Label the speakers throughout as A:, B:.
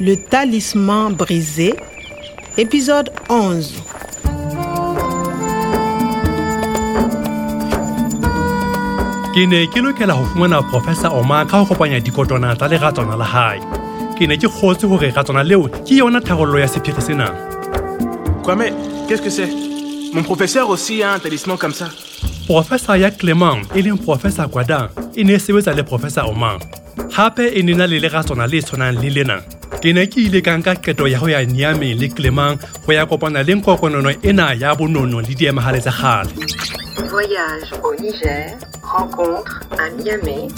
A: Le talisman brisé, épisode 11.
B: ke ne ke lokela ho fumana professor oma ka ho kopanya dikotwana tsa leratswana la hae ke ne ke kgotse hore ratswana leo ke yona tharollo ya sephiri sena
C: Kwame, qu'est-ce que c'est Mon professeur aussi a un talisman comme ça.
B: professor ya clement e leng professor gwada e ne e sebetsa le professor oma hape e ne na le leratswana le tshwanang le lena ke ne ke ile ka nka qeto ya ho ya niame le clement ho ya kopana le nkokonono ena ya bonono le diemahale tsa kgale
D: Voyage au Niger, rencontre à Niamey,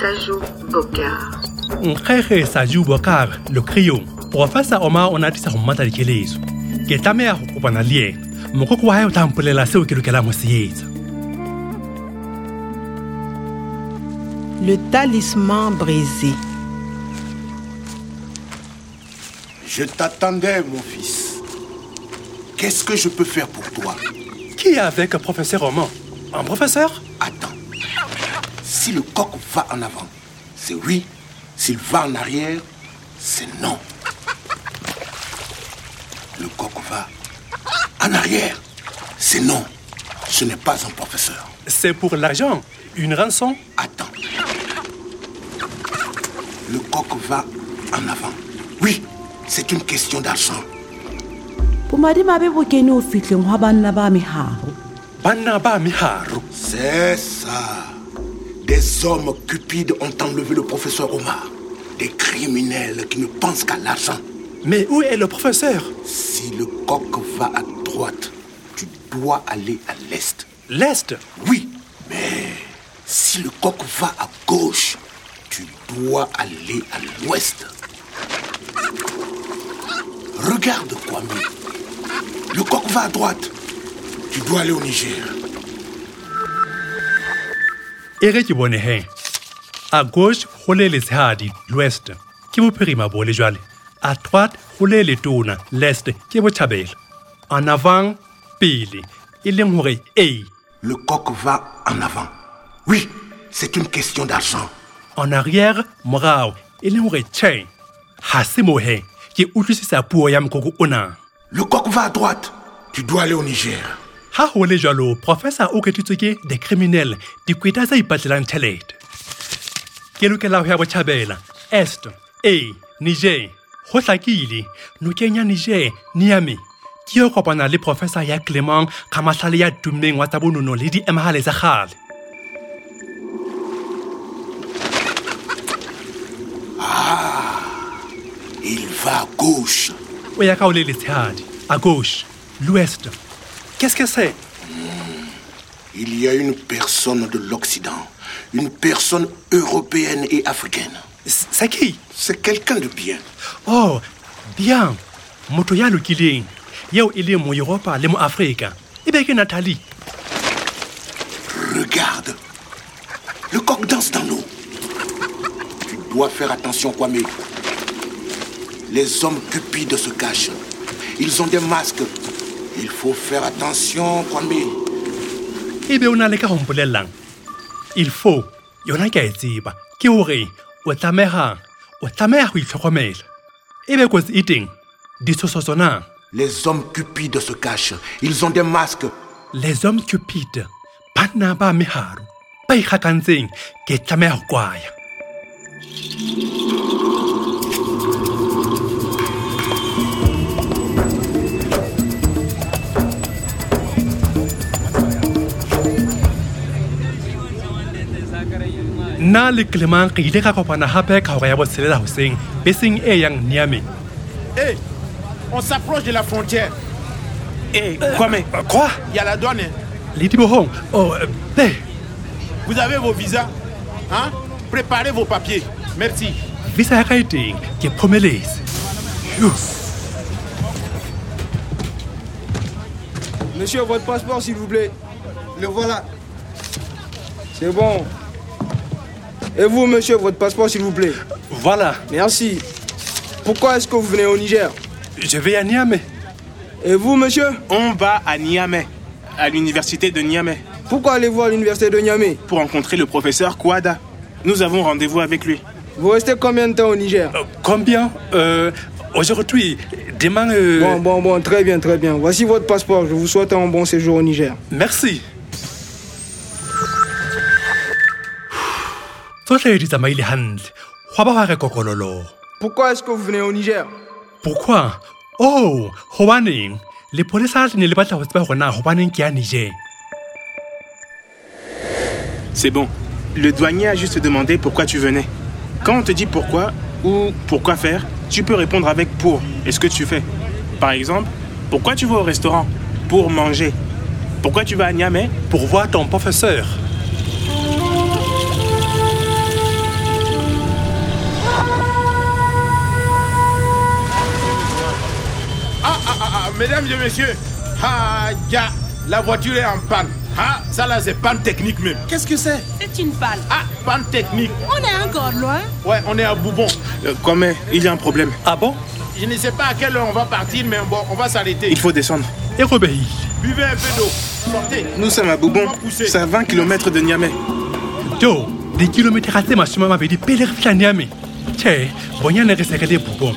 D: Sajou Bokar.
B: nkgekge saju bokar locrio professor oma o ne atisa ho mmata dikeletso ke tlameha ho kopana le yena mokoko wa hae o tla mpolela seo ke lokelang ho se etsa
A: Le talisman brisé.
E: Je t'attendais, mon fils. Qu'est-ce que je peux faire pour toi
B: Qui est avec un professeur Roman Un professeur
E: Attends. Si le coq va en avant, c'est oui. S'il va en arrière, c'est non. Le coq va en arrière, c'est non. Ce n'est pas un professeur.
B: C'est pour l'argent Une rançon
E: Attends. Le coq va en avant. Oui, c'est une question d'argent.
F: bomadimabe bo kene ho fihleng hwa banna ba meharo
B: Banaba Miharu.
E: C'est ça. Des hommes cupides ont enlevé le professeur Omar. Des criminels qui ne pensent qu'à l'argent.
B: Mais où est le professeur
E: Si le coq va à droite, tu dois aller à l'est.
B: L'Est
E: Oui, mais si le coq va à gauche, tu dois aller à l'ouest. Regarde, Kwame. Le coq va à droite. Tu dois aller au Niger.
B: Eric Ibonehe. À gauche, roulez les Hadi, l'Ouest. Qui vous périt ma boule, Joal À droite, roulez les Tournes, l'Est. Qui vous chabelle En avant, Pili. Il est mort. Hey
E: Le coq va en avant. Oui, c'est une question d'argent.
B: En arrière, Morao. E Il est mort. Tchè. Hasimohe. Qui est sa pour Yam Koko Ona.
E: Le coq va à droite. Tu dois aller au Niger.
B: ha ho le jwalo professor o kethitswe ke the criminal dikweta tse ipatlelang tjhelete ke lokela ho ya botjhabela est a niger ho hlakile nokeng ya niger niame ke yo kopana le professor ya clement ka mahlale ya tummeng wa tsa bonono le diemahale tsa kgale
E: Il va à gauche.
B: o ya ka o le letshehadi a gauche l'ouest qu'est-ce que c'est
E: Il y a une personne de l'Occident, une personne européenne et africaine.
B: S- c'est qui
E: C'est quelqu'un de bien.
B: oh bien motho ya lokileng yeo e leng mo europa le mo afrika e be ke natalie
E: Regarde. Le coq danse dans l'eau. Tu dois faire attention, Kwame. Les hommes cupides se cachent. Ils ont des masques. Il faut faire attention, Kwame.
B: ebe o na le ka go mpolelelang il faut yona ke a e tseba ke gore o tlameha o tlameha go itlhokomela ebe kotsi e teng ditshoso tsona
E: Les hommes cupides se cachent. Ils ont des masques.
B: les hommes cupid banna ba meharo ba ikgakantseng ke tlameha go kwaya nna le clement re ile ka kopana gape ka hora ya botshelela hoseng beseng e yang niameng
G: On s'approche de la frontière.
C: Eh, Kwame,
B: kwa
G: Il y a la douane. hein.
B: le dibohong o be
G: Vous avez vos visas. Hein? Préparez vos papiers. Merci.
B: visa ya ka e teng ke phomeletse
H: Monsieur, votre passeport, s'il vous plaît. Le voilà. C'est bon. Et vous, monsieur, votre passeport, s'il vous plaît.
B: voilà
H: Merci. Pourquoi est-ce que vous venez au Niger
B: je vais ya niame
H: Et vous, monsieur
G: On va à Niamey, à l'université de Niamey,
H: Pourquoi allez-vous à l'université de Niamey
G: pour rencontrer le professeur Kouada. Nous avons rendez-vous avec lui.
H: Vous restez combien de temps au Niger
B: Euh, Combien Euh, Aujourd'hui, demain. euh,
H: Bon, bon, bon, très bien, très bien. Voici votre passeport. Je vous souhaite un bon séjour au Niger.
B: Merci. tsohle di tsamaile hantle gwa ba gwa re kokololo
H: Pourquoi est-ce que vous venez au Niger
B: pourquoi oh gobaneng lepodisa le ne le batla go tseba gore na gobaneng ke ya niger
C: C'est bon. Le douanier a juste demandé pourquoi tu venais. Quand on te dit pourquoi ou pourquoi faire, tu peux répondre avec pour et ce que tu fais. Par exemple, pourquoi tu vas au restaurant Pour manger. Pourquoi tu vas à Niamey
B: pour voir ton professeur
G: Ah, ah, ah, ah, mesdames et messieurs, ah, ya, la voiture est en panne. Ah, ça là, c'est panne technique même.
C: Qu'est-ce que c'est
I: C'est une balle.
G: Ah, panne technique.
I: On est encore loin.
G: Ouais, on est à Boubon.
C: Euh, Kwame, il y a un problème.
B: a bon
G: Je ne sais pas à quelle heure on va partir, mais bon, on va s'arrêter.
C: Il faut descendre.
B: e robehile
G: Buvez un peu d'eau. Sortez.
C: Nous sommes à Boubon. C'est à 20 km de Niamey.
B: jo dikilometera tse masome a mabedi pele re fitlha niame tšhe bonyane re se re le bubong